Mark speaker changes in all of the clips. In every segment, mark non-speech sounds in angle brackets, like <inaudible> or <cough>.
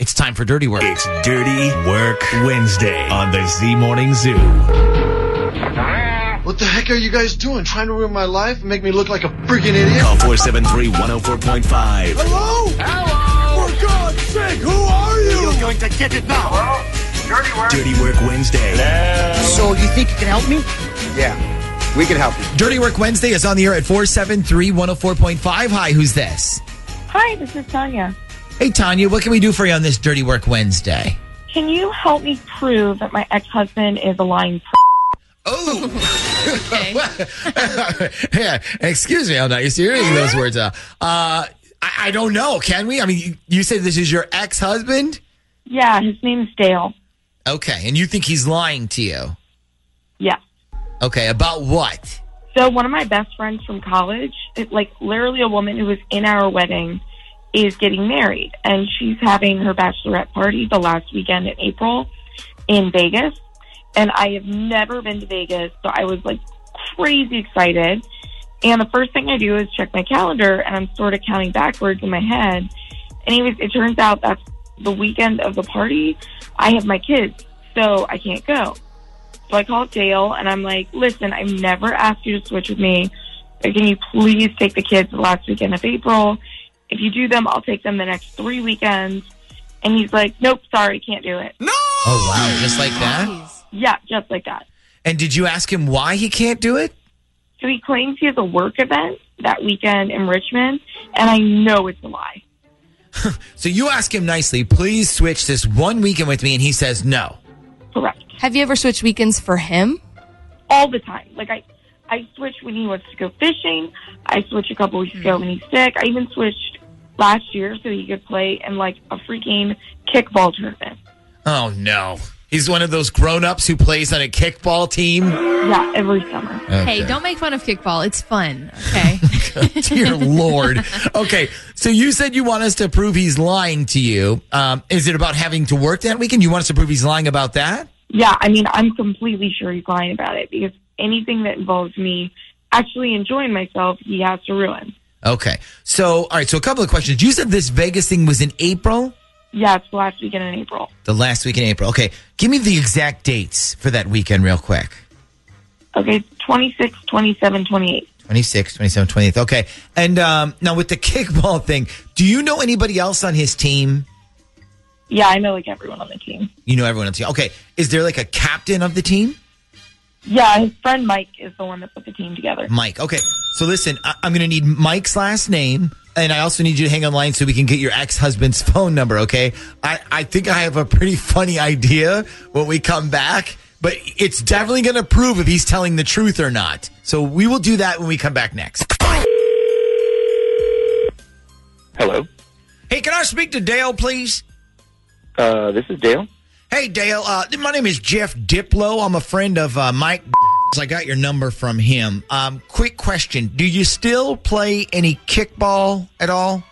Speaker 1: It's time for dirty work.
Speaker 2: It's Dirty Work Wednesday on the Z Morning Zoo.
Speaker 3: What the heck are you guys doing? Trying to ruin my life and make me look like a freaking idiot?
Speaker 2: Call 473 104.5.
Speaker 3: Hello? Hello? For God's sake, who are you? You're going to get it now.
Speaker 2: Dirty Work Wednesday.
Speaker 4: So you think you can help me? Yeah, we can help you.
Speaker 1: Dirty Work Wednesday is on the air at 473 104.5. Hi, who's this?
Speaker 5: Hi, this is Tanya.
Speaker 1: Hey, Tanya, what can we do for you on this Dirty Work Wednesday?
Speaker 5: Can you help me prove that my ex-husband is a lying pr-
Speaker 1: <laughs> Oh, <laughs> yeah. Excuse me. I'm not used to hearing those words. Uh, uh, I, I don't know. Can we? I mean, you, you said this is your ex husband?
Speaker 5: Yeah, his name's Dale.
Speaker 1: Okay. And you think he's lying to you?
Speaker 5: Yeah.
Speaker 1: Okay. About what?
Speaker 5: So one of my best friends from college, it, like literally a woman who was in our wedding, is getting married, and she's having her bachelorette party the last weekend in April in Vegas. And I have never been to Vegas, so I was like crazy excited. And the first thing I do is check my calendar, and I'm sort of counting backwards in my head. Anyways, it turns out that's the weekend of the party. I have my kids, so I can't go. So I called Dale and I'm like, listen, I've never asked you to switch with me. But Can you please take the kids the last weekend of April? If you do them, I'll take them the next three weekends. And he's like, nope, sorry, can't do it.
Speaker 1: Oh, wow. Just like that?
Speaker 5: Yeah, just like that.
Speaker 1: And did you ask him why he can't do it?
Speaker 5: So he claims he has a work event that weekend in Richmond, and I know it's a lie.
Speaker 1: So you ask him nicely, please switch this one weekend with me. And he says, no.
Speaker 5: Correct.
Speaker 6: Have you ever switched weekends for him?
Speaker 5: all the time. Like I, I switched when he wants to go fishing. I switched a couple weeks ago when he's sick. I even switched last year so he could play in like a freaking kickball tournament.
Speaker 1: Oh, no. He's one of those grown ups who plays on a kickball team.
Speaker 5: Yeah, every summer.
Speaker 6: Hey, don't <laughs> make fun of kickball. It's fun. Okay.
Speaker 1: <laughs>
Speaker 6: <laughs>
Speaker 1: Dear Lord. Okay. So you said you want us to prove he's lying to you. Um, is it about having to work that weekend? You want us to prove he's lying about that?
Speaker 5: Yeah, I mean, I'm completely sure he's lying about it because anything that involves me actually enjoying myself, he has to ruin.
Speaker 1: Okay. So, all right. So a couple of questions. You said this Vegas thing was in April?
Speaker 5: Yeah, it's the last weekend in April.
Speaker 1: The last week in April. Okay. Give me the exact dates for that weekend, real quick.
Speaker 5: Okay, 26, 27, 28.
Speaker 1: 26, 27, 28th. Okay. And um, now with the kickball thing, do you know anybody else on his team?
Speaker 5: Yeah, I know like everyone on the team.
Speaker 1: You know everyone on the team. Okay. Is there like a captain of the team?
Speaker 5: Yeah, his friend Mike is the one that put the team together.
Speaker 1: Mike. Okay. So listen, I- I'm going to need Mike's last name. And I also need you to hang online so we can get your ex husband's phone number, okay? I, I think I have a pretty funny idea when we come back, but it's definitely going to prove if he's telling the truth or not. So we will do that when we come back next.
Speaker 7: Hello.
Speaker 1: Hey, can I speak to Dale, please?
Speaker 7: Uh, this is Dale.
Speaker 1: Hey, Dale. Uh, my name is Jeff Diplo. I'm a friend of uh, Mike. <laughs> I got your number from him. Um, quick question: Do you still play any kickball at all?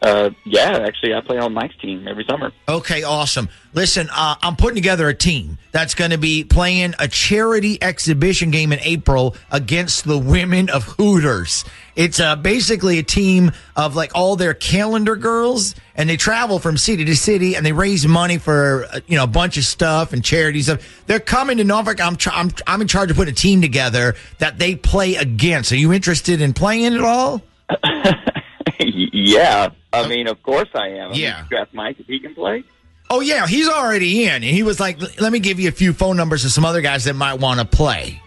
Speaker 7: Uh, yeah, actually, I play on Mike's team every summer. <laughs>
Speaker 1: Okay, awesome. Listen, uh, I'm putting together a team that's going to be playing a charity exhibition game in April against the women of Hooters. It's uh, basically a team of like all their calendar girls, and they travel from city to city, and they raise money for uh, you know a bunch of stuff and charity stuff. They're coming to Norfolk. I'm tr- I'm I'm in charge of putting a team together that they play against. Are you interested in playing at all?
Speaker 7: yeah, I mean, of course I am. I mean,
Speaker 1: Oh. Yeah.
Speaker 7: you ask Mike if he can play.
Speaker 1: Oh yeah, he's already in, and he was like, "Let me give you a few phone numbers of some other guys that might want to play."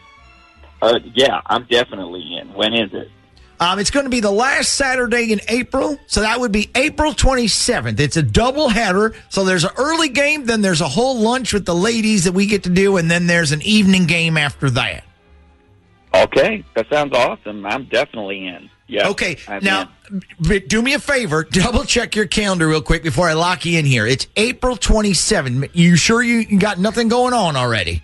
Speaker 7: Uh, yeah, I'm definitely in. When is it?
Speaker 1: Um, it's going to be the last Saturday in April, so that would be April 27th. It's a double header, so there's an early game, then there's a whole lunch with the ladies that we get to do, and then there's an evening game after that.
Speaker 7: Okay, that sounds awesome. I'm definitely in. Yeah.
Speaker 1: Okay.
Speaker 7: I
Speaker 1: now, b- do me a favor. <laughs> Double check your calendar real quick before I lock you in here. It's April 27. You sure you you got nothing going on already?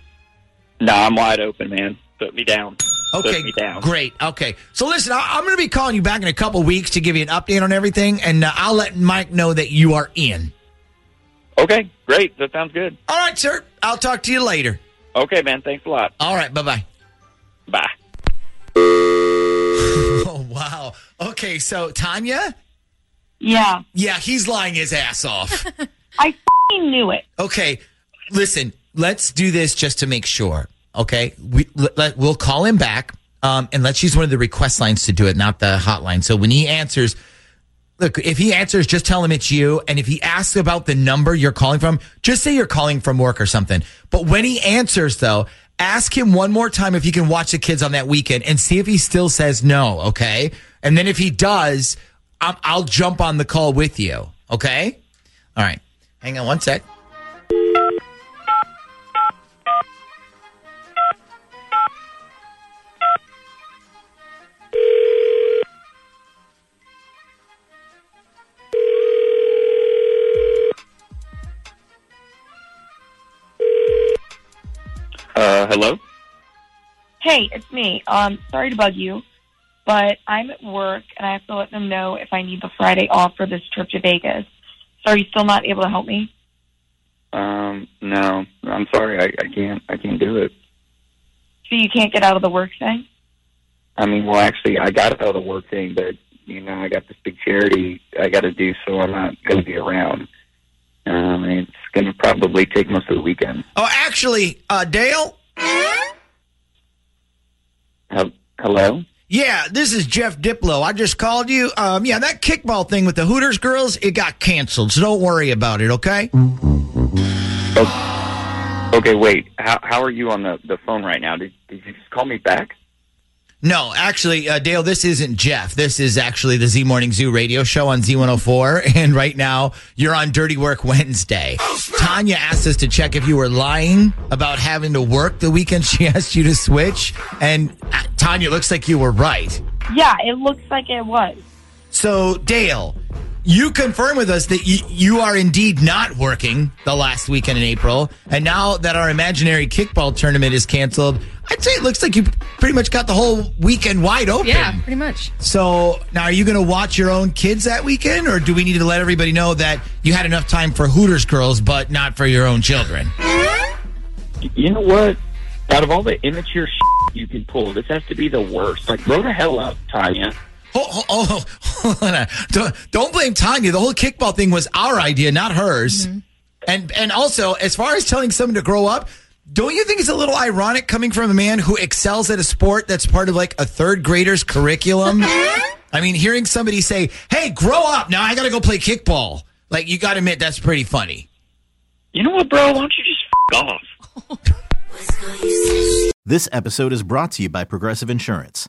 Speaker 7: No, I'm wide open, man. Put me down.
Speaker 1: Okay,
Speaker 7: Put me down.
Speaker 1: great. Okay, so listen, I, I'm going to be calling you back in a couple weeks to give you an update on everything, and uh, I'll let Mike know that you are in.
Speaker 7: Okay, great. That sounds good.
Speaker 1: All right, sir. I'll talk to you later.
Speaker 7: Okay, man. Thanks a lot.
Speaker 1: All right, bye bye.
Speaker 7: Bye.
Speaker 1: <laughs> Oh wow. Okay, so Tanya,
Speaker 5: Yeah.
Speaker 1: yeah, he's lying his ass off.
Speaker 5: I fing knew it.
Speaker 1: Okay, listen, let's do this just to make sure. Okay, we let, let- we'll call him back, um, and let's use one of the request lines to do it, not the hotline. So when he answers, look, if he answers, just tell him it's you, and if he asks about the number you're calling from, just say you're calling from work or something. But when he answers, though. Ask him one more time if you can watch the kids on that weekend and see if he still says no, okay? And then if he does, I'm, I'll jump on the call with you, okay? All right. Hang on one sec.
Speaker 7: Uh, hello.
Speaker 5: Hey, it's me. Um, sorry to bug you, but I'm at work and I have to let them know if I need the Friday off for this trip to Vegas. So are you still not able to help me?
Speaker 7: Um, no, I'm sorry. I, I can't. I can't do it.
Speaker 5: So you can't get out of the work thing?
Speaker 7: I mean, well, actually, I got all the work thing, but you know, I got this big charity I got to do, so I'm not going to be around. Um, and it's going to probably take most of the weekend.
Speaker 1: Oh, actually, uh, Dale.
Speaker 7: Hel- Hello.
Speaker 1: Yeah, this is Jeff Diplo. I just called you. Um, yeah, that kickball thing with the Hooters girls, it got canceled. So don't worry about it, okay?
Speaker 7: Oh, Okay, wait. How how are you on the, the phone right now? Did did you just call me back?
Speaker 1: No, actually, uh, Dale, this isn't Jeff. This is actually the Z Morning Zoo radio show on Z104. <laughs> And right now, you're on Dirty Work Wednesday. Tanya asked us to check if you were lying about having to work the weekend <laughs> she asked you to switch. And uh, Tanya, it looks like you were right.
Speaker 5: Yeah, it looks like it was.
Speaker 1: So, Dale, you confirm with us that you, you are indeed not working the last weekend in April. And now that our imaginary kickball tournament is canceled, I'd say it looks like you pretty much got the whole weekend wide open.
Speaker 6: Yeah, pretty much.
Speaker 1: So, now are you going to watch your own kids that weekend, or do we need to let everybody know that you had enough time for Hooters girls, but not for your own children?
Speaker 7: Y- You know what? Out of all the immature shit you can pull, this has to be the worst. Like, grow the hell up, Tanya.
Speaker 1: Oh, oh, <laughs> oh, hold on. Don't, don't blame Tanya. The whole kickball thing was our idea, not hers. And and also, as far as telling someone to grow up, don't you think it's a little ironic coming from a man who excels at a sport that's part of like a third grader's curriculum? I mean, hearing somebody say, "Hey, grow up!" Now I got to go play kickball. Like you got to admit that's pretty funny.
Speaker 7: You know what, bro? Why don't you just f- off?
Speaker 8: This episode is brought to you by Progressive Insurance.